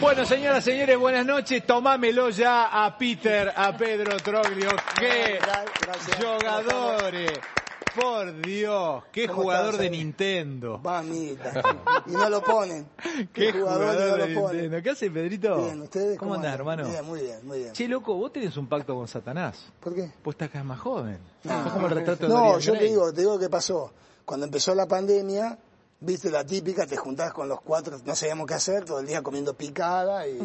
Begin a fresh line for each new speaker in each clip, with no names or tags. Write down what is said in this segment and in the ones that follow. Bueno, señoras, señores, buenas noches. Tomámelo ya a Peter, a Pedro Troglio. ¡Qué
Gracias.
jugadores! Por Dios, qué
¿Cómo
jugador
estás,
de
Javi?
Nintendo.
Mamita. Y no lo ponen.
Qué
El jugador
jugador
no
de
lo ponen.
Nintendo. ¿Qué haces, Pedrito?
Bien, ¿ustedes
¿Cómo, andás, hermano?
Bien, muy bien, muy bien.
Che, loco, vos tenés un pacto con Satanás.
¿Por qué?
Vos estás cada vez más joven.
No.
Sos como el retrato de
Ah, No,
Dorian
yo te
Gray.
digo, te digo qué pasó. Cuando empezó la pandemia, viste la típica, te juntás con los cuatro, no sabíamos qué hacer, todo el día comiendo picada y,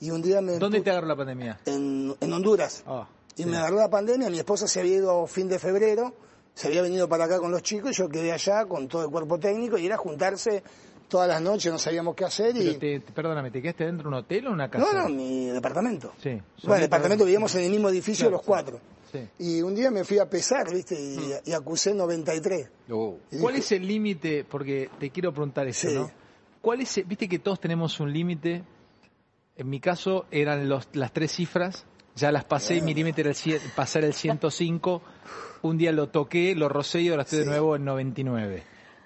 y un día me...
¿Dónde te agarró la pandemia?
En, en Honduras.
Ah,
Y
sí.
me agarró la pandemia, mi esposa se había ido fin de febrero, se había venido para acá con los chicos, y yo quedé allá con todo el cuerpo técnico y era juntarse todas las noches, no sabíamos qué hacer y...
Pero te- te- perdóname, ¿te quedaste dentro de un hotel o una casa?
No, no, mi departamento.
Sí.
Bueno,
Solito,
el departamento
¿no?
vivíamos en el mismo edificio
Claro, Mm.
los cuatro.
Sí.
Y un día me fui a pesar, ¿viste? Y, y acusé 93. Y
Oh. ¿Cuál
dije-
es el límite? Porque te quiero preguntar eso,
Sí.
¿no? ¿Cuál es, el- viste que todos tenemos un límite? En mi caso eran los, las tres cifras, ya las pasé, mi límite era el cien- pasar el 105, un día lo toqué, lo rocé y ahora estoy de
Sí.
nuevo en 99.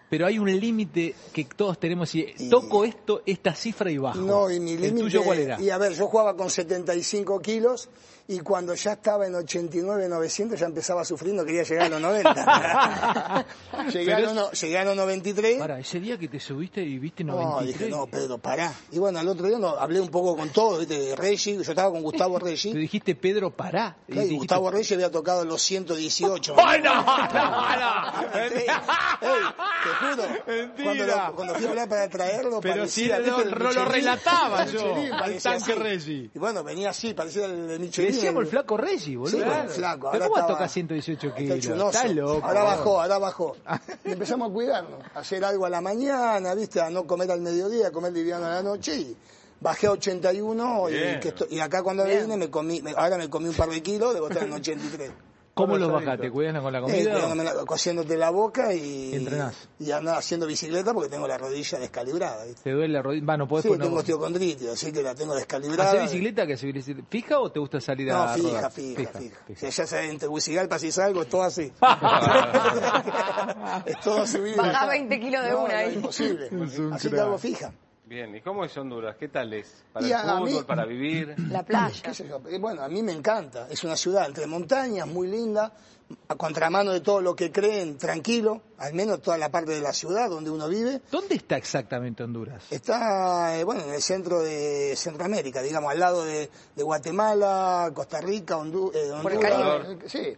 Pero hay un límite que todos tenemos y
Y-
toco esto, esta cifra y bajo.
No, y mi
¿El
límite.
tuyo cuál era?
Y a ver, yo jugaba con 75 kilos y cuando ya estaba en 89, 900 ya empezaba a sufrir, no quería llegar a los 90. llegué, a
Pero
los, no- llegué a los 93.
Para, ese día que te subiste y viste
No,
93.
dije, no, Pedro, pará. Y bueno, al otro día no, hablé un poco con todos, ¿viste? Reggie, yo estaba con Gustavo
Te
Reggie.
dijiste, Pedro, pará.
Y
dijiste,
Gustavo Reggie había tocado los 118.
¡Ay, no, no, no!
Sí. Ey, te juro.
Mentira.
Cuando, lo- cuando fui a hablar para traerlo,
Pero si
parecía,
lo-
¿viste? el
lo- lo
Michelin.
relataba
El
yo,
Michelin
al
parecía
tanque
así.
Reggie.
Y bueno, venía así, parecía el de
Le
Michelin.
decíamos el flaco Reggie, boludo.
Sí, el flaco.
¿Pero cómo vas
Ahora
a
estaba-
tocar 118
Está
kilos?
chuloso.
Estás loco. Ah.
Ahora bajó, ahora bajó. Y empezamos a cuidarnos, a hacer algo a la mañana, ¿viste? A no comer al mediodía, a comer liviano a la noche y bajé a 81 y, que esto- y acá cuando vine me comí, me- ahora me comí un par de kilos, debo estar en 83.
¿Cómo los bajaste? ¿Cuidan con la
Eh,
comida?
cuidándome la- cosiéndote la boca y,
Y entrenás.
y andar haciendo bicicleta porque tengo la rodilla descalibrada, ¿viste?
¿Te duele la rodilla? Va, no podés
Sí,
poner-
tengo osteocondritis, así que la tengo descalibrada.
¿Hacés bicicleta que se bicicleta? ¿Fija o te gusta salir a
No, fija,
rodar?
fija, fija. Si allá se entre Tegucigalpa, si salgo, es todo así. es todo subido.
Bajás 20 kilos de
No,
una
no,
ahí.
Es imposible.
Es un
Así que
crack.
hago fija.
Bien, ¿y cómo es Honduras? ¿Qué tal es? ¿Para
Y
el
a- a
fútbol,
mí-
para vivir?
La playa.
¿Qué sé yo? Eh, Bueno, a mí me encanta. Es una ciudad entre montañas, muy linda, a contramano de todo lo que creen, tranquilo, al menos toda la parte de la ciudad donde uno vive.
¿Dónde está exactamente Honduras?
Está, eh, bueno, en el centro de Centroamérica, digamos, al lado de, de Guatemala, Costa Rica, Hondu- eh,
Por el
Honduras. Sí.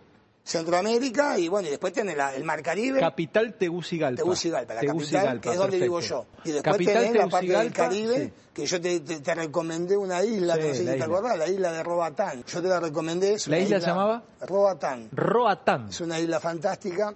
Centroamérica y bueno, y después tiene la- el Mar Caribe.
Capital Tegucigalpa.
Tegucigalpa, la capital,
Tegucigalpa,
que es donde vivo yo.
perfecto.
Y después
Capital
tenés la parte del
Tegucigalpa,
Caribe,
sí.
que yo te, te- te recomendé una isla,
Sí,
no sé si
la
te
isla.
acordás, la isla de Robatán. Yo te la recomendé. es
¿La
una
isla se llamaba?
Robatán.
Roatán.
Es una isla fantástica.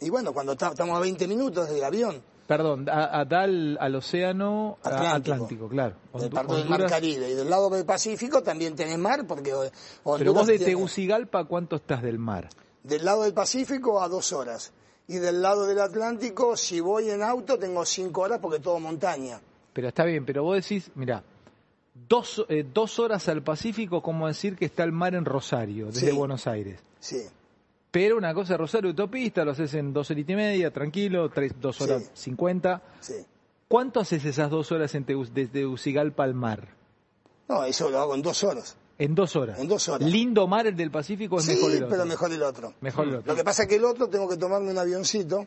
Y bueno, cuando ta- estamos a 20 minutos de avión,
Perdón, a, a- da al, al océano a-
Atlántico.
Atlántico, claro.
del
Hondu-
parte del Mar
Honduras-
Caribe, y del lado del Pacífico también tenés mar, porque eh, Honduras
Pero vos de
tiene-
Tegucigalpa, ¿cuánto estás del mar?
Del lado del Pacífico a dos horas. Y del lado del Atlántico, si voy en auto, tengo cinco horas porque todo montaña.
Pero está bien, pero vos decís, mirá, dos, eh, dos horas al Pacífico, como decir que está el mar en Rosario, desde
Sí.
Buenos Aires.
Sí.
Pero una cosa es Rosario Autopista, lo haces en dos horas y media, tranquilo, tres, dos
Sí.
horas cincuenta.
Sí.
¿Cuánto haces esas dos horas en Tegu- desde Tegucigalpa al mar?
No, eso lo hago en dos horas.
En dos horas.
En dos horas.
¿Lindo mar el del Pacífico es
Sí,
Pues mejor el otro?
pero mejor el otro.
Mejor el otro.
Lo que pasa es que el otro tengo que tomarme un avioncito,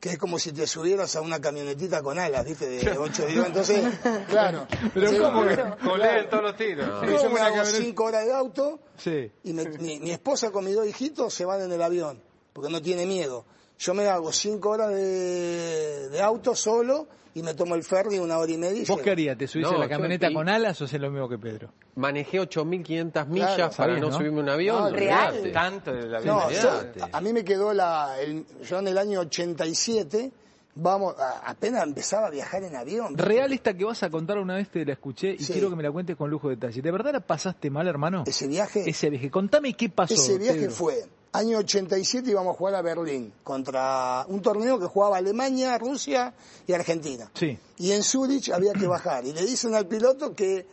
que es como si te subieras a una camionetita con alas, ¿viste? De ocho días. Entonces, claro.
Pero
Sí,
¿cómo que-
Coleen todos los tiros.
Yo me hago cinco horas de auto
Sí.
y me- mi, mi esposa con mis dos hijitos se van en el avión, porque no tiene miedo. Yo me hago cinco horas de, de auto solo y me tomo el ferry una hora y media. y
¿Vos
llego.
qué harías? ¿Te subís
No,
a la
yo-
camioneta
y-
con alas o haces lo mismo que Pedro?
Manejé 8.500 millas
Claro,
para
sabés,
no,
¿no?
subirme a un avión.
No,
real.
olvidate.
Ah, Tanto del avión.
No, yo-
olvidate.
a mí me quedó la. el- yo en el año 87, vamos, a- apenas empezaba a viajar en avión.
Real esta que vas a contar una vez te la escuché y
Sí.
quiero que me la cuentes con lujo de detalle. ¿De verdad la pasaste mal, hermano?
Ese viaje,
Ese viaje. Contame qué pasó.
ese viaje
Pedro.
fue. Año 87 íbamos a jugar a Berlín contra un torneo que jugaba Alemania, Rusia y Argentina.
Sí.
Y en Zurich había que bajar. Y le dicen al piloto que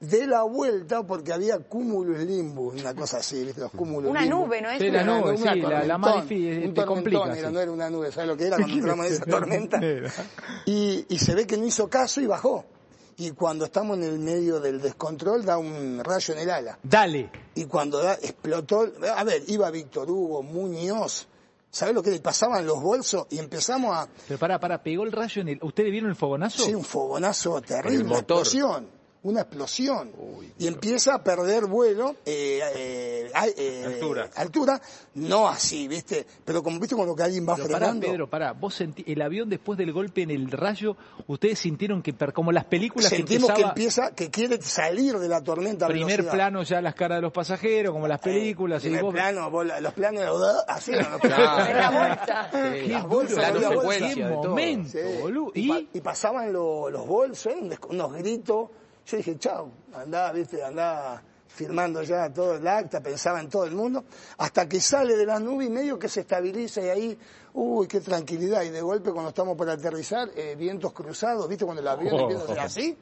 dé la vuelta porque había cúmulos limbus, una cosa así, ¿viste? los cúmulos
Una
limbus.
nube, ¿no es?
Sí, la
Era
nube,
una
sí, la- la
tormentón,
Malfi, eh,
un
te
tormentón
complica,
era,
sí.
no era una nube, ¿sabes lo que era cuando entramos en esa tormenta?
Era.
Y, y se ve que no hizo caso y bajó. y cuando estamos en el medio del descontrol da un rayo en el ala.
Dale.
Y cuando da- explotó, a ver, iba Víctor Hugo, Muñoz, ¿sabés lo que le pasaban los bolsos? Y empezamos a...
Pero para, para, pegó el rayo en el. ¿Ustedes vieron el fogonazo?
Sí, un fogonazo
Con
terrible,
el
una
motor.
explosión, una explosión. y empieza a perder vuelo, eh, eh, ay, eh,
Altura.
altura, no así, ¿viste? Pero como viste cuando que alguien va
Pero pará,
frenando,
Pedro, pará. Vos sentí el avión después del golpe en el rayo, ustedes sintieron que, per- como las películas
sentimos que
empezaba
empieza, que quiere salir de la tormenta. a
primer
velocidad.
plano ya las caras de los pasajeros, como las películas. y
Primer
vos-
plano, vos la- los planos, así eran los
Claro.
planos.
Qué
las
duro,
bolsas,
la
había bolsas.
secuencia de todo. momento,
Sí.
boludo.
Y, pa-
¿Y?
y pasaban lo- los bolsos, eran des- unos gritos. Yo dije, chao, andá, viste, andá firmando ya todo el acta, pensaba en todo el mundo, hasta que sale de las nubes y medio que se estabiliza y ahí, uy, qué tranquilidad. Y de golpe cuando estamos para aterrizar, eh, vientos cruzados, viste, cuando el avión
Oh.
empieza a hacer así.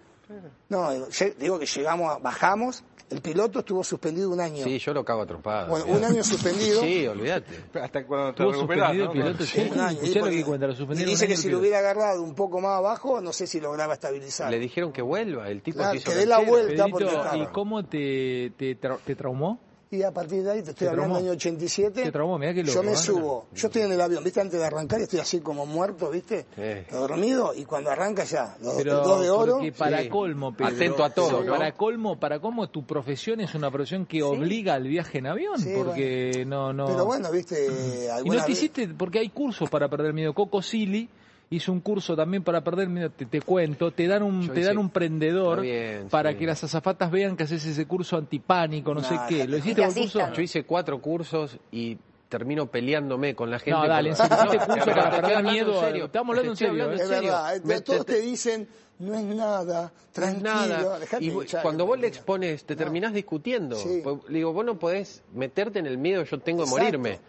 No, digo, lle- digo que llegamos, a- bajamos, el piloto estuvo suspendido un año.
Sí, yo lo cago a trompadas.
Bueno, un
olvidate.
año suspendido.
Sí, olvídate.
Hasta cuando te
Estuvo
recuperás,
suspendido
¿no?
el piloto.
Sí, un año.
Escuchá
Y
lo que
porque-
cuenta, lo
y
suspendieron
dice
un año
que si
el
lo
piloto.
hubiera agarrado un poco más abajo, no sé si lograba estabilizar.
Le dijeron que vuelva, el tipo
Claro,
quiso
que dé la
canchero.
vuelta. Está por
Pedrito,
dejar.
¿y cómo te, te, tra- te traumó?
Y a partir de ahí, te estoy
Te
hablando
traumó.
del año 87.
Te traumó, mirá que loco,
Yo me
¿eh?
subo, yo estoy en el avión, ¿viste? Antes de arrancar estoy así como muerto, ¿viste?
Sí.
Dormido, y cuando arranca ya, los,
Pero
el dos de oro.
porque para
Sí.
colmo, Pedro,
Atento a todo, ¿no?
Para colmo, para cómo tu profesión es una profesión que obliga al viaje en avión,
Sí,
porque no, no.
Pero bueno, ¿viste?
Y no
Alguna
te
vez-
hiciste, porque hay cursos para perder miedo. Coco Silly hizo un curso también para perder miedo, te, te cuento, te dan un,
Yo
te
hice-
dan un prendedor
Está bien,
para
sí.
que las azafatas vean que haces ese curso antipánico, no sé
Nah,
qué.
que-
¿Lo hiciste
que
con curso?
asistan.
Yo hice cuatro cursos y termino peleándome con la gente.
No, dale,
por-
en serio, hiciste
No,
curso
pero
para
te estoy
perder
hablando en
miedo,
serio.
estamos hablando en
Te estoy
serio,
hablando
Es
en serio.
verdad, eh,
Me-
todos
te-
te dicen, no es nada, tranquilo,
nada.
dejate
Y
hinchar.
cuando vos le expones, te terminás discutiendo.
Sí.
Po- Le digo, vos no podés meterte en el miedo, yo tengo que
Exacto.
morirme.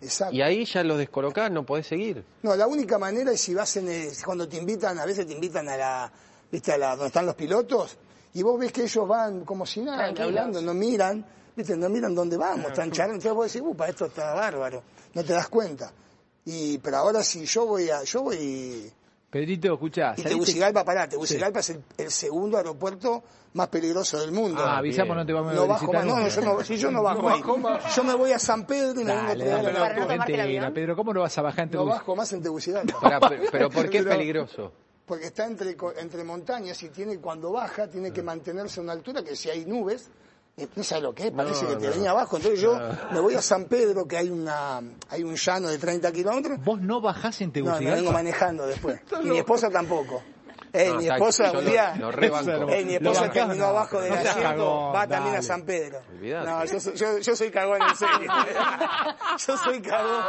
Exacto.
Y ahí ya los descolocás, no podés seguir.
No, la única manera es si vas en el- cuando te invitan, a veces te invitan a la, viste, a la, donde están los pilotos, y vos ves que ellos van como si nada,
Tranquilos.
hablando, no miran, viste, no miran dónde vamos, están charlando, entonces vos decís, upa, esto está bárbaro, no te das cuenta. Y, pero ahora si yo voy a, yo voy,
Pedrito, escuchá,
y
saliste-
Tegucigalpa, pará, Tegucigalpa es el, el segundo aeropuerto más peligroso del mundo.
Ah, avisá
bien.
porque no te vamos a
no bajo
visitar
más, no, no,
nunca.
yo no, si yo no bajo ahí. yo me voy a San Pedro y me vengo a
Dale,
pegar
dale,
a la
Para no
Pedro,
altura.
tomarte el
mentira,
avión.
Pedro, ¿cómo no vas a bajar en
No
Tegucigalpa?
bajo más en Tegucigalpa.
Pará, pero, pero ¿por qué es
Pero-
peligroso?
porque está entre, co- entre montañas y tiene cuando baja tiene que mantenerse a una altura que si hay nubes eh, no sabes lo que es, parece que te venía abajo. Entonces yo me voy a San Pedro, que hay una hay un llano de 30 kilómetros.
Vos no bajás en
No, me
Tegucigalpa.
vengo manejando después. Y mi esposa tampoco. Eh,
No,
mi
está-
esposa
yo
un
lo-
día...
lo rebanco.
eh, mi
Lo
esposa
bancás,
terminó
no,
abajo del
no seas
asiento,
cagón,
va también a
dale.
San Pedro.
Olvidate.
No, yo, soy- yo, yo soy cagón en serio. yo soy cagón.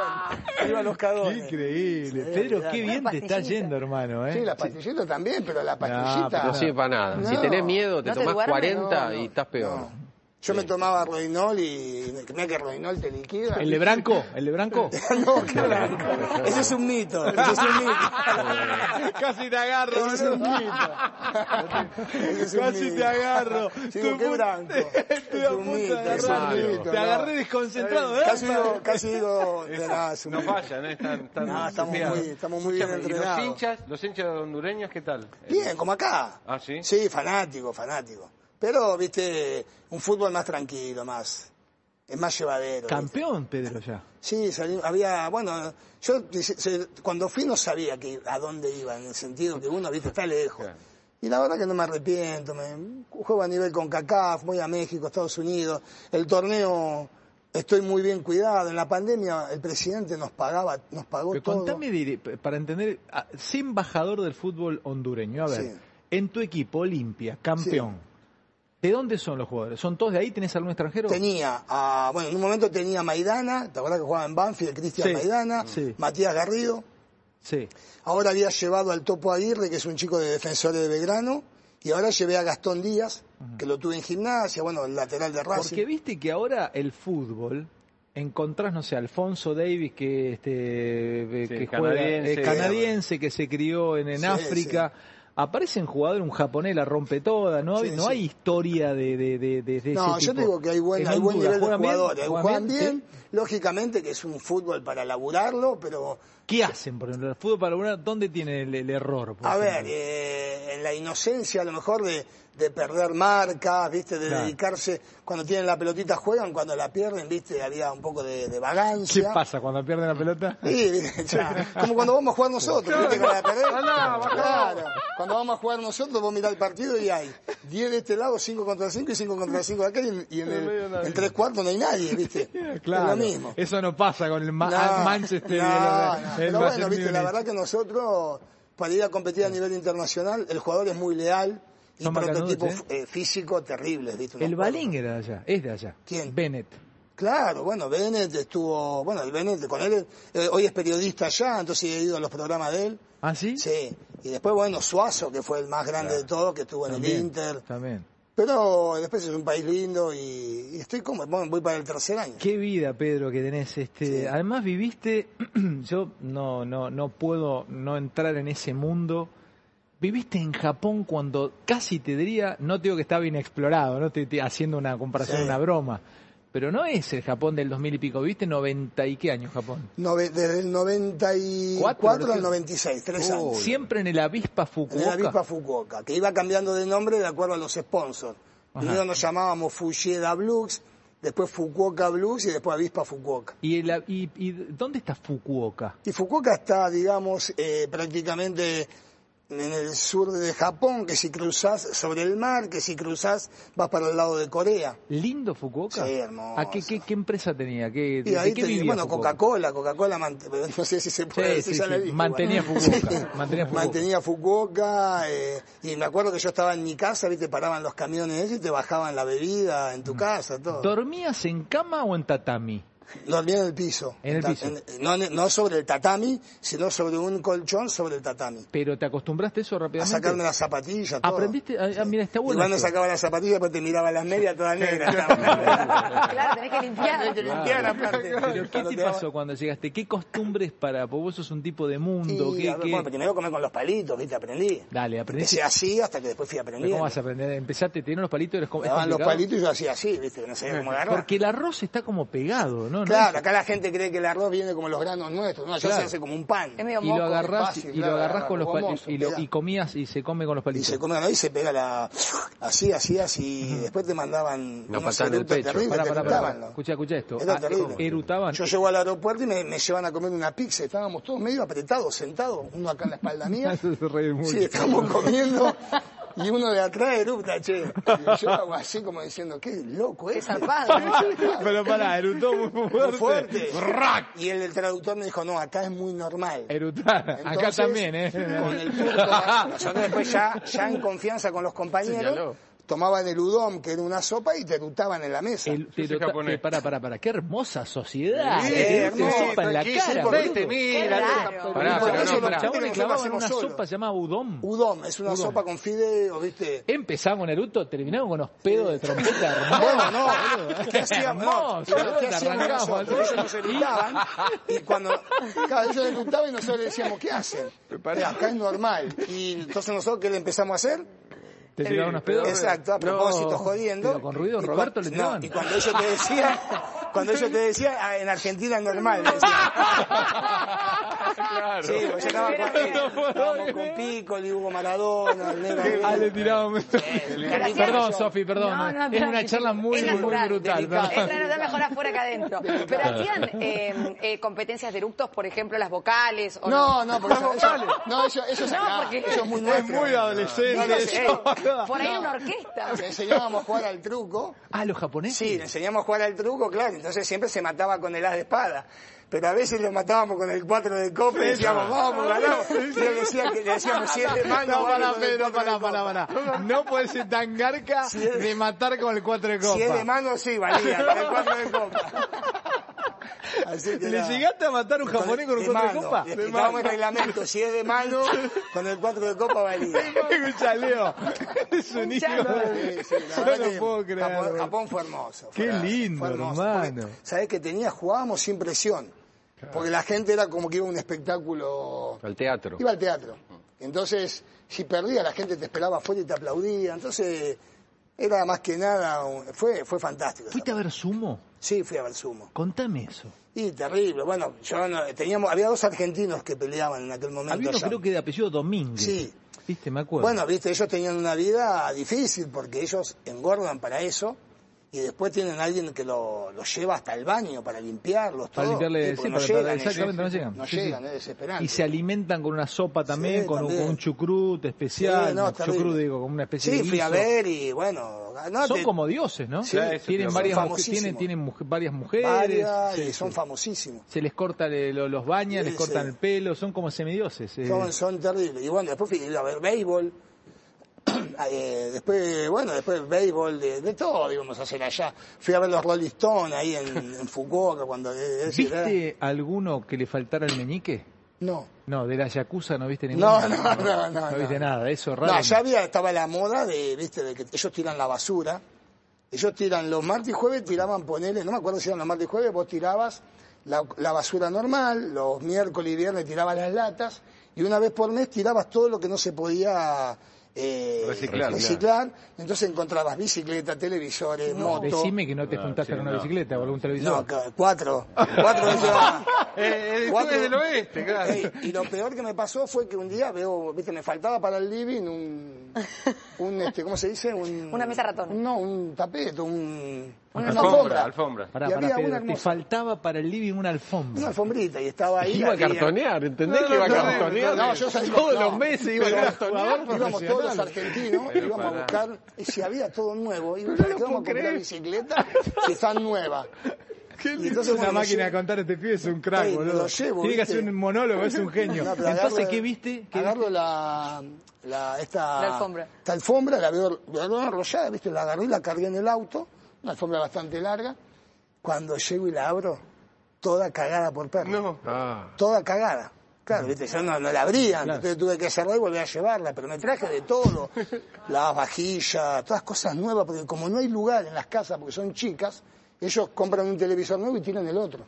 Viva los cagones.
Increíble.
Sí,
Pedro,
eh, olvidate.
qué bien te está yendo, hermano. ¿eh?
Sí, la pastillita también, pero la pastillita.
pero
No sirve para nada.
No.
Si tenés miedo, te
No te
tomás
duermes,
40
no, no,
y estás peor.
no. Yo me tomaba Roinol y mira que Roinol te liquida.
¿El de Branco? ¿El de Branco?
No, claro. Eso es un mito. Eso es un mito.
Casi te agarro.
Eso es un mito. Eso es un
Casi
mito.
te agarro.
Sí,
Tu
qué
pu-
blanco.
Estuve
Es
a
un
punto de
mito, es un
agarrarlo.
mito,
Te
no.
agarré desconcentrado, ¿eh?
Casi digo, casi digo, de nada, es un
No
mito.
fallan, ¿eh? Están, están
No, estamos
confiados.
muy- estamos muy bien
Escuchame, ¿y
entrenados.
los hinchas, los hinchas hondureños, ¿qué tal?
Bien, como acá.
Ah, ¿sí?
Sí, fanático, fanático. Pero, viste, un fútbol más tranquilo, más. Es más llevadero. ¿viste?
Campeón, Pedro, ya.
Sí, salí- había, bueno, yo dice- se- cuando fui no sabía que, a dónde iba, en el sentido que uno, viste, está lejos.
Claro.
Y la verdad que no me arrepiento, me, juego a nivel con CACAF, voy a México, Estados Unidos, el torneo estoy muy bien cuidado, en la pandemia el presidente nos pagaba, nos pagó
Pero
todo.
contame, dire- para entender, a- sé embajador del fútbol hondureño. A ver,
Sí.
en tu equipo, Olimpia, campeón. ¿De dónde son los jugadores? ¿Son todos de ahí? ¿Tenés algún extranjero?
Tenía, a- bueno, en un momento tenía a Maidana, ¿te acuerdas que jugaba en Banfield, Cristian
Sí,
Maidana,
sí.
Matías Garrido,
Sí.
Ahora había llevado al Topo Aguirre, que es un chico de Defensores de Belgrano, y ahora llevé a Gastón Díaz, que lo tuve en gimnasia, bueno, el lateral de Racing.
Porque viste que ahora el fútbol encontrás, no sé, Alfonso Davis, que este eh,
Sí,
que juega-
canadiense.
eh, canadiense, que se crió en, en
Sí,
África. Aparecen jugadores, un japonés la rompe toda, no, hay-
Sí,
no
sí.
hay historia de, de, de, de- de
No,
ese
yo
tipo.
te digo que hay buen,
En
hay buen
Honduras,
nivel de
¿juegan bien?
jugadores.
¿Juegan
Juegan
bien?
bien, lógicamente que es un fútbol para laburarlo, pero
¿Qué hacen? Por ejemplo, el fútbol para una, ¿dónde tiene el, el error? por
a ver,
ejemplo?
eh, en la inocencia a lo mejor de, de perder marcas, ¿viste? De
Claro.
dedicarse, cuando tienen la pelotita juegan, cuando la pierden, ¿viste? Había un poco de, de
¿Qué
vagancia.
pasa cuando pierden la pelota?
Sí, ¿viste? Ya, como cuando vamos a jugar nosotros, ¿viste? Con la pared.
Andá, bajá.
Claro, cuando vamos a jugar nosotros, vos mirás el partido y hay 10 de este lado, 5 contra 5 y 5 contra 5 de aquel, y en,
En medio
el,
nadie.
en tres cuartos no hay nadie, ¿viste?
Claro,
Es lo mismo.
eso no pasa con el Ma-
No,
Manchester. y
no,
el-
no.
el
Pero bueno,
Bayern
viste, la
Múnich.
verdad que nosotros, para ir a competir a nivel internacional, el jugador es muy leal y
Son macanudos,
prototipo eh, físico terrible, ¿viste? Unos
El
cuadros.
Balín era de allá, es de allá.
¿Quién?
Bennett.
Claro, bueno, Bennett estuvo, bueno, el Bennett con él, eh, hoy es periodista ya, entonces he ido a los programas de él.
¿Ah, sí?
Sí, y después, bueno, Suazo, que fue el más grande de todos, que estuvo en el
También,
Inter.
También.
Pero después es un país lindo y, y estoy como, bueno, voy para el tercer año.
Qué vida, Pedro, que tenés. Este,
Sí.
Además viviste, yo no, no, no puedo no entrar en ese mundo. Viviste en Japón cuando casi te diría, no te digo que estaba inexplorado, no te, te- haciendo una comparación,
Sí.
una broma, pero no es el Japón del 2000 y pico, viviste 90 y qué años Japón.
Nove- desde el 94
Cuatro,
al
¿no?
96, tres años.
Siempre en el avispa
En
Fukuoka.
la avispa Fukuoka, que iba cambiando de nombre de acuerdo a los sponsors. Primero nos llamábamos Fushida Blues, después Fukuoka Blues y después Avispa Fukuoka.
¿Y, el, a- y, y dónde está Fukuoka?
Y Fukuoka está, digamos, eh, prácticamente en el sur de Japón, que si cruzás sobre el mar, que si cruzás vas para el lado de Corea.
¿Lindo Fukuoka?
Sí, hermoso.
¿A qué, qué, qué empresa tenía? ¿Qué,
Y
de
ahí
qué
te-
vivía
bueno,
Fukuoka?
Coca-Cola, Coca-Cola, mant- no sé si se puede
Sí,
decir,
sí,
ya la
sí.
dije,
Mantenía
bueno.
Fukuoka, mantenía Fukuoka.
Mantenía Fukuoka, eh, y me acuerdo que yo estaba en mi casa, ¿viste? paraban los camiones esos y te bajaban la bebida en
Mm.
tu casa, todo.
¿Dormías en cama o en tatami?
Dormía en el piso.
En el
Ta-
piso.
no, en- no sobre el tatami, sino sobre un colchón sobre el tatami.
Pero te acostumbraste a eso
A
rápidamente.
sacarme las zapatillas, todo.
Aprendiste, ah, ah, mira, está
Y
bueno.
cuando
esto.
sacaba las zapatillas, después te miraba las medias todas negras. estaban.
Claro, tenés que
Tenés
limpiar.
que limpiar aparte.
Pero ¿qué
Cuando
te
daba-
pasó cuando llegaste? ¿Qué costumbres para, porque vos sos un tipo de mundo?
Y,
¿qué-
a ver,
qué-
bueno, primero comé con los palitos, ¿viste? Aprendí.
Dale, aprendiste.
Empecé así hasta que después fui
Pero
aprendiendo.
¿Cómo vas a aprender? Empezaste, te dieron los palitos y los
Me daban los
complicado?
palitos y yo hacía así, ¿viste? Que no sabía cómo agarrar.
Porque el arroz está como pegado, ¿no? ¿No?
Claro, acá la gente cree que el arroz viene como los granos nuestros, ¿no? Allá
Claro.
se hace como un pan.
Es medio
Y lo
moco.
agarrás,
fácil,
y lo
claro,
agarrás con los
como
palitos.
mozo,
Y, lo-
mirá.
y comías y se come con los
Y
palitos.
se come ahí, se pega la... Así, así, así. Y después te mandaban
Una
unos
patada en el
eructos
pecho.
terribles,
Pará,
te
pará, pará.
eructaban, ¿no?
Escucha, escucha esto.
Era
Ah,
terrible.
erutaban.
Yo llego al aeropuerto y me, me llevan a comer una pizza. Estábamos todos medio apretados, sentados. Uno acá en la espalda mía.
Eso se reí mucho.
Sí, estamos comiendo y uno de atrás erupta, che. Y yo hago así como diciendo, qué loco este".
Qué
es.
zarpado.
Pero pará, erutó muy
Muy
fuerte.
fuerte. Y el, traductor me dijo, no, acá es muy normal.
Erutar. Eh, Acá
Entonces,
también, ¿eh?
Con el turco, nosotros después ya, ya en confianza con los compañeros,
Señaló.
tomaban el udon, que era una sopa, y te erutaban en la mesa.
El,
soy
pero, ta-
japonés.
eh, pará, pará, pará. Qué hermosa sociedad. eh,
Sí,
Te diste
hermoso,
sopa en la
Ah, eh, tranquilo,
cara,
porque
boludo.
te
Qué
mira,
raro.
Pará,
Por
pero
eso
no,
los
eh,
pará.
chabones
Nosotros
clavaban
hacemos
una
solo.
sopa llamada udon.
Udon, es una sopa con fideo, ¿viste?
Empezamos con eruto, terminamos con los pedos de trompeta.
Bueno,
hermoso,
no,
boludo.
que hacían no,
Hermoso, boludo,
que hacían
arrancamos,
nosotros,
boludo.
ellos nos erutaban, y cuando cada ellos erutaban y nosotros le decíamos, ¿qué hacen? Eh, Acá es normal. Y entonces nosotros, ¿qué le empezamos a hacer?
Te tiraban unos pedos.
Exacto, a propósito,
No,
jodiendo.
pero con ruido,
Y cua-
Roberto le
no,
tiraban.
y cuando ellos te decían, cuando ellos te decían, "Ah, en Argentina es normal, me decían.
Claro.
Sí, porque yo estaba con,
No puedo
estábamos
creer.
con Piccoli, Hugo Maradona, el negro.
Ah, le tiraban. Perdón,
gracioso.
Sofi, perdón.
No, no,
es
no,
una
no,
charla
no,
muy,
es
muy
natural,
brutal.
delicado.
perdón.
Es claro, está mejor afuera que adentro. Pero hacían eh, eh, competencias de eructos, por ejemplo, las vocales. O
No, no, porque eso, eso- no, eso, eso es
No,
acá,
porque-
eso es muy nuestro.
muy adolescente
No, no sé,
eso.
Por ahí
No.
una orquesta.
Le enseñábamos a jugar al truco.
Ah, los japoneses.
Sí, le enseñamos a jugar al truco, claro. Entonces siempre se mataba con el as de espada. Pero a veces lo matábamos con el 4 de copa y decíamos, vamos, ganamos. Y le, decía que- le decíamos siete manos.
No,
vamos
pará,
con el
Pedro,
cuatro de
pará,
copa".
pará, pará. No puedes ser tan garca
es-
de matar con el 4 de
Si es de
copa.
mano, sí, valía, con el 4 de copa. Así que
¿Le
era-
llegaste a matar a un japonés con un
de
4 de
mano.
copa?
Le explicábamos el reglamento, si es de mano, con el 4 de copa valía.
Escucha, Leo. Es un hijo.
Sí, sí, la
Yo
verdad que
no puedo creer.
Japón, Japón fue hermoso.
Qué
fue-
lindo,
fue porque,
hermano.
¿Sabés que tenía? Jugábamos sin presión. Porque la gente era como que iba a un espectáculo.
Al teatro.
Iba al teatro. Entonces, si perdía, la gente te esperaba afuera y te aplaudía. Entonces, era más que nada. un- Fue, fue fantástico.
¿Fuiste a ver sumo?
Sí, fui a ver sumo.
Contame eso.
Y terrible. Bueno, yo no- teníamos, había dos argentinos que peleaban en aquel momento.
Había uno
allá.
creo que de apellido Domínguez.
Sí.
Viste, me acuerdo.
Bueno, viste, ellos tenían una vida difícil porque ellos engordan para eso y después tienen a alguien que lo- los lleva hasta el baño para limpiarlos,
Para
todo.
limpiarle-
porque
sí,
no
para- para-
llegan, ellos.
exactamente, no llegan.
No
Sí,
llegan,
sí.
es desesperante.
y se alimentan con una sopa también,
Sí,
con, un-
también.
con un chucrut especial,
Sí, no,
un
terrible.
chucrut, digo, como una especie
Sí,
de
fui a
guiso.
ver y bueno, no,
Son
te-
como dioses, ¿no?
Ah, Sí,
eso te iba
tienen varias,
decir.
a
mujer- tienen,
Famosísimos.
tienen muj- varias mujeres,
varias
sí,
y son
sí.
famosísimos.
se les corta, le- lo- los bañan,
Sí,
les cortan
sí.
el pelo, son como semidioses. eh.
Son, son terribles. Y bueno, después fui a ver béisbol. Eh, después, bueno, después béisbol de, de todo, digamos, hacer allá. Fui a ver los Rolling Stones ahí en, en Fukuoka cuando... eh, eh,
¿Viste alguno que le faltara el meñique?
No.
No, de la Yakuza no viste ninguno.
No, no, no, no, no.
viste nada, eso es raro.
No, ya había, estaba la moda de, viste, de que ellos tiran la basura. Ellos tiran los martes y jueves, tiraban, ponele, no me acuerdo si eran los martes y jueves, vos tirabas la, la basura normal, los miércoles y viernes tirabas las latas, y una vez por mes tirabas todo lo que no se podía eh,
Reciclar,
reciclar. Entonces encontrabas bicicletas, televisores, motos.
Decime que no te juntaste
sí,
con una
no.
bicicleta o algún televisor.
No, ca- cuatro. Cuatro de esas.
Eh, eh,
Cuatro.
es del oeste, claro.
Ey, y lo peor que me pasó fue que un día veo, viste, me faltaba para el living un, un este, ¿cómo se dice? Un-
Una mesa ratón.
No, un tapete, un, una
Alfombra, alfombra.
Pará,
y
pará,
había
Pedro,
una
te
hermosa.
faltaba para el living una alfombra.
Una alfombrita y estaba ahí.
Iba a
había-
cartonear, ¿entendés
No,
que iba
no,
a
no,
cartonear?
no, yo sabía-
Todos
no.
los meses iba a
Pero
cartonear.
Íbamos todos los argentinos,
Pero
íbamos a
pará.
buscar, y si había todo nuevo, íbamos a
puedo
íbamos a comprar
creer.
bicicletas que están nuevas. Y entonces,
una
bueno,
máquina
yo-
de contar este pibe es un crack,
Ey, me
boludo.
lo llevo,
Tiene que
¿viste?
hacer un monólogo, es un genio.
No, pero
Entonces,
agarro-
¿qué viste? ¿Qué
agarro la, la- esta,
La alfombra.
esta alfombra, la veo, la veo enrollada, ¿viste? La agarré y la cargué en el auto, una alfombra bastante larga. Cuando llego y la abro, toda cagada por perro.
No.
Ah.
Toda cagada. Claro, ¿viste? yo no, no la abría, entonces tuve que cerrar y volver a llevarla, pero me traje de todo, las vajillas, todas cosas nuevas, porque como no hay lugar en las casas, porque son chicas, ellos compran un televisor nuevo y tiran el otro.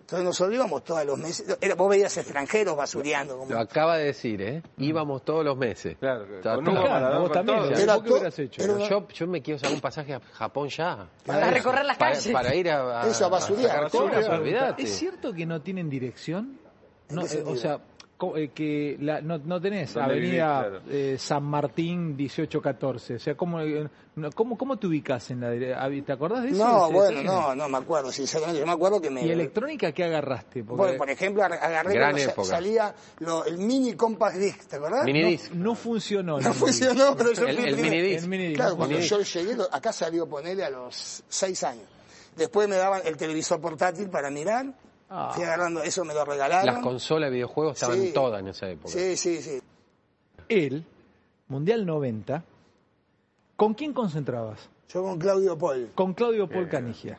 Entonces nos olvidamos todos los meses, Era- vos veías extranjeros basureando. Como...
Lo acaba de decir, ¿eh?
Mm.
Íbamos todos los meses.
Claro,
O sea,
con
todo-
Hugo
Claro,
Maradona,
vos
con
también,
todo.
¿eh?
Era
¿Vos qué
to-
hubieras hecho?
era una-
yo, yo me quiero sacar un pasaje a Japón ya.
Para recorrer las
Para,
calles.
para ir a,
Eso, a basurear.
sacar
Basura,
cosas,
basura.
olvidate.
¿Es cierto que no tienen dirección?
¿En
No,
qué
eh, o
sentido?
sea, co- eh, que la- no, no tenés
¿Dónde
Avenida
vivís? Claro.
eh, San Martín 1814. O sea, ¿cómo, eh, no, cómo, cómo te ubicas en la dire- a- ¿Te acordás de eso?
No,
¿Ese
bueno,
término?
no, no me acuerdo, sinceramente, yo me acuerdo que me...
¿Y electrónica qué agarraste? Porque
Bueno, por ejemplo, ar- agarré
Gran
cuando sa-
época.
salía lo- el mini compact disc, ¿te acordás?
Mini-
no, no funcionó.
No funcionó, pero yo
El-
fui
el
primero.
minidisc.
El minidisc,
Claro,
no
cuando
Minidisc.
yo llegué, lo- acá salió ponerle a los seis años. Después me daban el televisor portátil para mirar.
Ah.
Fui agarrando, eso me lo regalaron.
Las consolas de videojuegos estaban
Sí.
todas en esa época.
Sí, sí, sí.
Él, Mundial 90, ¿con quién concentrabas?
Yo con Claudio Paul.
Con Claudio Paul Canigia.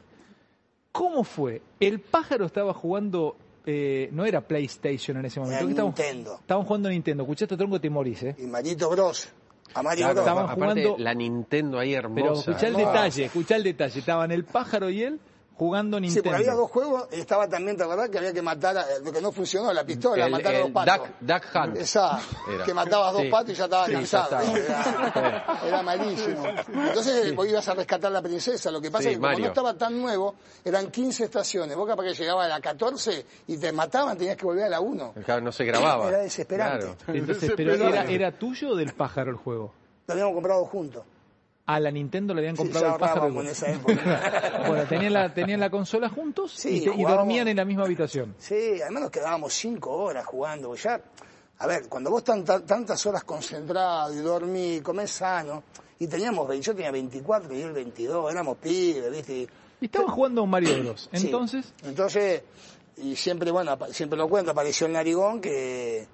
¿Cómo fue? El pájaro estaba jugando, eh, no era PlayStation en ese momento.
Era
¿qué estábamos-
eh, Nintendo.
Estaban jugando Nintendo. Escuchaste tronco, te morís, ¿eh?
Y Marito Bros. A Mario
Claro,
Bros.
estaban
aparte,
jugando-
la Nintendo ahí
Pero
hermosa.
escuchá el
hermosa.
detalle, escuchá el detalle. Estaban el pájaro y él jugando
Sí,
Nintendo.
porque había dos juegos, estaba también, ¿te acordás? Que había que matar, a- lo que no funcionó, la pistola,
El-
matar a
el
dos patos.
Duck- Duck Hunt.
Esa,
Era.
que matabas dos
Sí.
patos y ya estabas
Sí, ya
cansado.
estaba.
Era, era malísimo. Entonces eh, vos ibas a rescatar a la princesa, lo que pasa
Sí,
es que como
Mario.
no estaba tan nuevo, eran 15 estaciones, vos capaz que llegabas a la 14 y te mataban, tenías que volver a la 1.
Claro, no se grababa.
Era desesperante.
Claro.
Entonces, pero
Pero-
era, era tuyo o del pájaro el juego.
Lo habíamos comprado juntos.
A la Nintendo le habían
Sí,
comprado
ya
el pájaro.
ahorrábamos en esa época.
Bueno, tenían la, tenían la consola juntos
Sí,
y, te- y
jugábamos.
dormían en la misma habitación.
Sí, además nos quedábamos cinco horas jugando. porque Ya, a ver, cuando vos tan- tan- tantas horas concentrado y dormí, comés sano, y teníamos, ve- yo tenía 24 y él 22, éramos pibes, ¿viste?
Y estaban jugando a un Mario Bros.
Sí.
Entonces,
Entonces, y siempre, bueno, apa- siempre lo cuento, apareció el narigón que,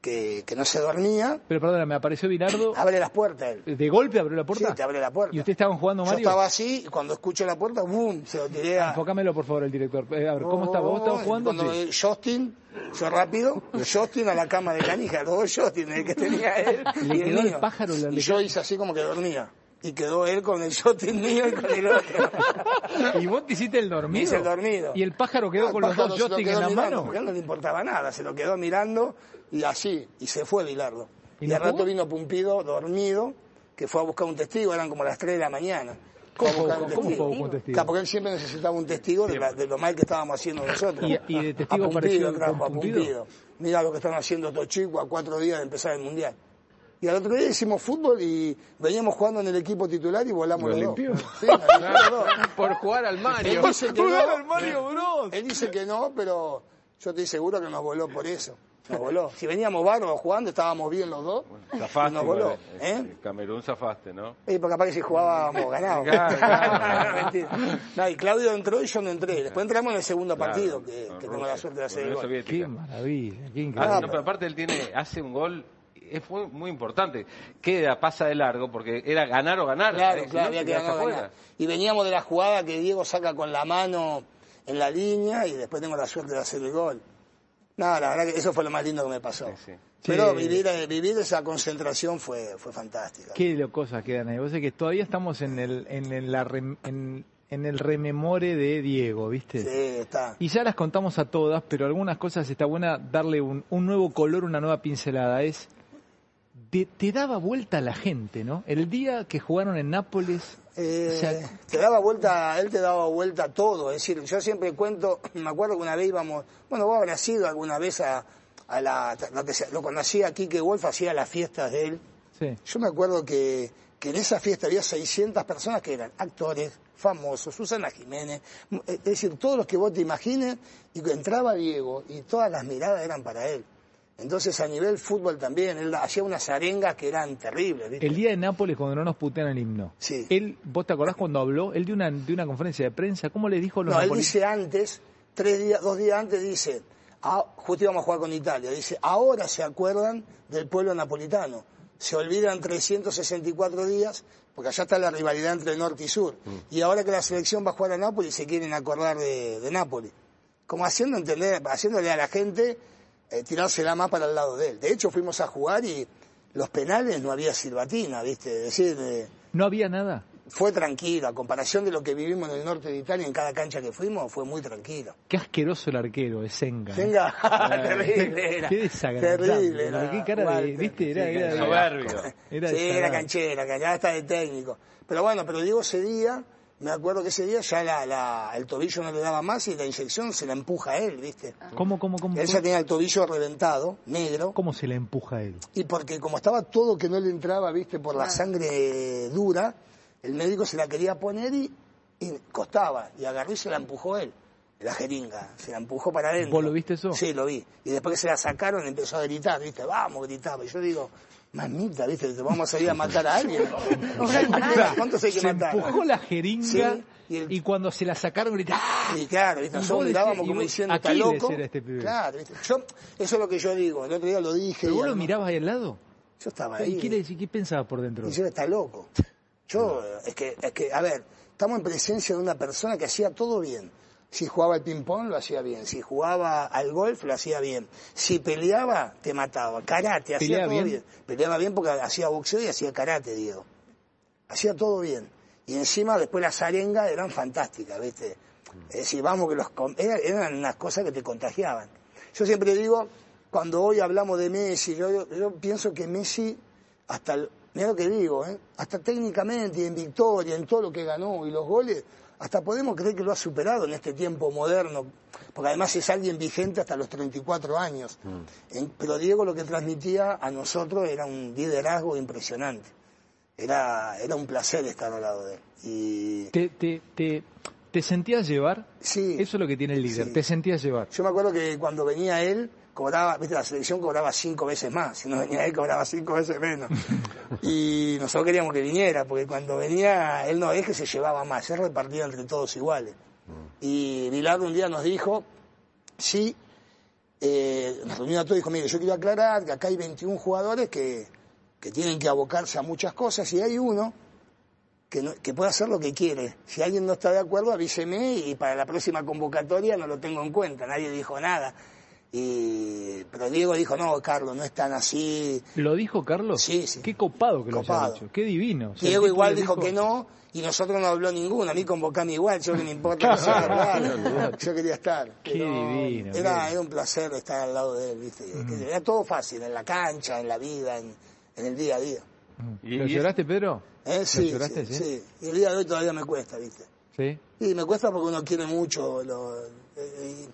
que, que no se dormía,
pero perdona, me apareció Bilardo.
abre las puertas él.
De golpe abrió la puerta.
Ah. Sí, te abre la puerta.
¿Y ustedes estaban jugando Mario?
Yo estaba así, y cuando escucho la puerta, ¡boom! Se lo tiré a...
Enfócamelo, por favor, el director. Eh, a ver, ¿cómo estaba? ¿Vos estabas jugando?
Oh, Cuando
Sí.
eh, Justin, yo rápido, Justin a la cama de canija, los dos Justin, el que tenía él.
Le
y
quedó el
mío.
pájaro, le-
Y yo hice así como que dormía. Y quedó él con el Justin mío y con el otro.
¿Y vos te hiciste el dormido?
Hice el dormido.
¿Y el pájaro quedó
No, el
con
pájaro
los
se
dos
lo
joystick
quedó
en la
mirando,
mano?
porque a él no le importaba nada, se lo quedó mirando y así, y se fue Bilardo.
¿Y
Y,
no
al rato
jugó?
vino Pumpido, dormido, que fue a buscar un testigo, eran como las 3 de la mañana. Fue a
¿Cómo
buscar un
fue- cómo fue
testigo.
a buscar un testigo?
Claro, porque él siempre necesitaba un testigo de, la- de lo mal que estábamos haciendo nosotros.
Y- y de testigo
a Pumpido,
apareció
trajo a
Pumpido.
Pumpido. Mira lo que están haciendo estos chicos a cuatro días de empezar el Mundial. Y al otro día hicimos fútbol y veníamos jugando en el equipo titular y volamos
Lo
los dos.
limpió.
Sí, nos limpió los dos.
Por jugar al Mario.
Él dice que no,
Bros.
él dice que no, pero yo estoy seguro que nos voló por eso. Nos voló. Si veníamos bárbaros jugando, estábamos bien los dos.
Zafaste.
nos voló.
igual, eh,
¿eh?
Camerún zafaste, ¿no?
Eh, porque capaz que si jugábamos ganábamos.
Claro, claro.
No, mentira. No, y Claudio entró y yo no entré. Después entramos en el segundo
Claro,
partido, que,
con
que
Rusia,
tengo la suerte de hacer
con
el
la Unión
gol.
Soviética.
Qué maravilla, qué increíble.
Ah,
Ah,
no,
pero-
pero aparte él tiene, hace un gol, es muy, muy importante. Queda, pasa de largo, porque era ganar o ganar.
Claro,
Eh, si
claro,
no,
había
te
que
quedas
ganar,
afuera.
ganar. Y veníamos de la jugada que Diego saca con la mano en la línea y después tengo la suerte de hacer el gol. No, la verdad que eso fue lo más lindo que me pasó.
Sí, sí.
Pero
Sí.
vivir, eh, vivir esa concentración fue, fue fantástica.
Qué lo- cosas quedan ahí. Vos sabés que todavía estamos en el, en, el- la rem- en- en el rememore de Diego, ¿viste?
Sí, está.
Y ya las contamos a todas, pero algunas cosas está buena darle un, un nuevo color, una nueva pincelada. Es. Te, te daba vuelta la gente, ¿no? El día que jugaron en Nápoles.
Eh,
o sea,
te daba vuelta, él te daba vuelta a todo. Es decir, yo siempre cuento, me acuerdo que una vez íbamos, bueno, vos habrás ido alguna vez a, a la, lo que se- lo, cuando hacía Quique Wolf, hacía las fiestas de él.
sí.
Yo me acuerdo que, que en esa fiesta había 600 personas que eran actores, famosos, Susana Jiménez, m- eh, es decir, todos los que vos te imagines, y que entraba Diego y todas las miradas eran para él. Entonces, a nivel fútbol también, él hacía unas arengas que eran terribles. ¿viste?
El día de Nápoles, cuando no nos putean el himno.
Sí.
Él, ¿Vos te acordás cuando habló? Él de una, de una conferencia de prensa. ¿Cómo le dijo a los
No, él
napolitanos?
dice antes, tres días, dos días antes, dice, ah, justo íbamos a jugar con Italia, dice, ahora se acuerdan del pueblo napolitano. Se olvidan 364 días, porque allá está la rivalidad entre norte y sur.
Mm.
Y ahora que la selección va a jugar a Nápoles, se quieren acordar de, de Nápoles. Como haciendo entender, haciéndole a la gente eh, tirársela más para el lado de él. De hecho, fuimos a jugar y los penales no había silbatina, ¿viste? Es decir, eh,
No había nada.
fue tranquilo. A comparación de lo que vivimos en el norte de Italia, en cada cancha que fuimos, fue muy tranquilo.
Qué asqueroso el arquero, es Senga. ¿eh?
Venga, terrible era.
Qué desagradable.
Terrible era.
Qué cara de,
Walter.
viste, era, era,
Sí,
era-
soberbio.
era
sí, era
desagradable.
canchera, que ya está de técnico. Pero bueno, pero digo, ese día, me acuerdo que ese día ya la, la- el tobillo no le daba más y la inyección se la empuja a él, ¿viste?
¿Cómo, cómo, cómo,
Él ya tenía el tobillo reventado, negro,
cómo se le empuja a él?
y porque como estaba todo que no le entraba, ¿viste? Por la sangre dura, el médico se la quería poner y, y costaba, y agarró y se la empujó él. La jeringa, se la empujó para adentro.
¿Vos lo viste eso?
Sí, lo vi. Y después que se la sacaron empezó a gritar, ¿viste? Vamos, gritaba. Y yo digo, mamita, ¿viste? Te vamos a ir a matar a alguien. ¿Cuántos hay que
se
matar?
empujó la jeringa
Sí,
y,
y el-
cuando se la sacaron gritaba. "Ah",
Y claro, ¿viste?
Y
nosotros
vos
mirábamos
decías- y
como
vos-
diciendo, está
Aquiles
loco.
era este pibe.
Claro, ¿viste? Yo, eso es lo que yo digo. El otro día lo dije.
¿Pero
y
vos
al-
lo mirabas ahí al lado?
Yo estaba ahí.
¿Y qué, le, qué pensaba por dentro?
Y yo está loco. Yo, es que, es que, a ver, estamos en presencia de una persona que hacía todo bien. Si jugaba al ping-pong, lo hacía bien. Si jugaba al golf, lo hacía bien. Si peleaba, te mataba. Karate, hacía
¿Peleaba
todo
bien?
bien? Peleaba bien porque hacía boxeo y hacía karate, Diego. Hacía todo bien. Y encima, después las arengas eran fantásticas, ¿viste? Es decir, vamos, que los. con- era- Eran unas cosas que te contagiaban. Yo siempre digo, cuando hoy hablamos de Messi, yo, yo pienso que Messi, hasta. el- Mira lo que digo, ¿eh? Hasta técnicamente, y en victoria, en todo lo que ganó y los goles, hasta podemos creer que lo ha superado en este tiempo moderno, porque además es alguien vigente hasta los 34 años. En- pero Diego lo que transmitía a nosotros era un liderazgo impresionante. Era, era un placer estar al lado de él. Y
¿Te, te, te, te sentías llevar?
sí,
Eso es lo que tiene el líder,
Sí.
te sentías llevar.
yo me acuerdo que cuando venía él, cobraba, viste, la selección cobraba cinco veces más, si no venía él cobraba cinco veces menos. y nosotros queríamos que viniera, porque cuando venía él no es que se llevaba más, él repartía entre todos iguales. Y Vilar un día nos dijo, sí, eh, nos reunió a todos y dijo, mire, yo quiero aclarar que acá hay 21 jugadores que, que tienen que abocarse a muchas cosas y hay uno que, no- que puede hacer lo que quiere. Si alguien no está de acuerdo, avíseme y para la próxima convocatoria no lo tengo en cuenta. Nadie dijo nada. Y, pero Diego dijo, no, Carlos, no es tan así.
¿Lo dijo Carlos?
Sí, sí.
Qué copado que lo haya
Copado.
dicho. Qué divino. O sea, el
Diego
tipo
igual
le
dijo, que no y nosotros no habló ninguno. A mí convocame igual, yo que me importa que sea verdad. Yo quería estar.
Qué
Pero
divino, qué-
Era,
Mm.
era un placer estar al lado de él, ¿viste? Era todo fácil, en la cancha, en la vida, en, en el día a día.
Y-
¿Lo
y es-
lloraste, Pedro?
¿Eh?
¿Lo
Sí,
lloraste,
sí,
sí?
sí. Y el día de hoy todavía me cuesta, ¿viste?
Sí.
Y me cuesta porque uno quiere mucho. lo- eh,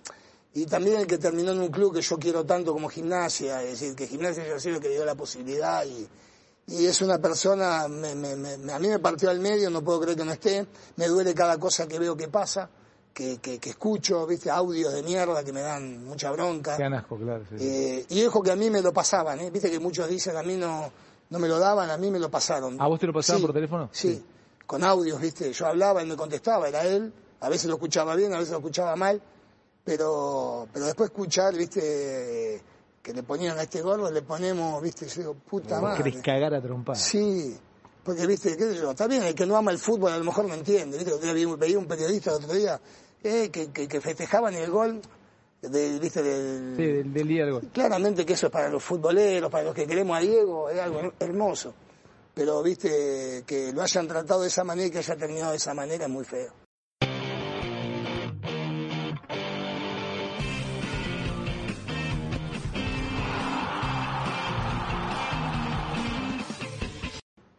y, y también el que terminó en un club que yo quiero tanto como gimnasia, es decir, que gimnasia yo sé lo que le dio la posibilidad y, y es una persona, me- me- me- a mí me partió al medio, no puedo creer que no esté, me duele cada cosa que veo que pasa, que, que- que escucho, viste, audios de mierda que me dan mucha bronca.
Qué asco, claro. sí, sí.
Eh, y ojo que a mí me lo pasaban, ¿eh? viste que muchos dicen a mí no, no me lo daban, a mí me lo pasaron.
¿A vos te lo pasaban
Sí,
por teléfono?
Sí, con audios, viste, yo hablaba, él me contestaba, era él, a veces lo escuchaba bien, a veces lo escuchaba mal, pero, pero después escuchar, viste, que le ponían a este gordo, le ponemos, viste, yo digo, puta
Vos
madre.
querés cagar a trompar.
Sí, porque viste, qué sé yo, está bien, el que no ama el fútbol a lo mejor no entiende, viste, Yo vi- veía un periodista el otro día, eh, que, que, que festejaban el gol, del, viste, del...
Sí, del, del día del gol.
Claramente que eso es para los futboleros, para los que queremos a Diego, es algo hermoso. Pero viste, que lo hayan tratado de esa manera y que haya terminado de esa manera es muy feo.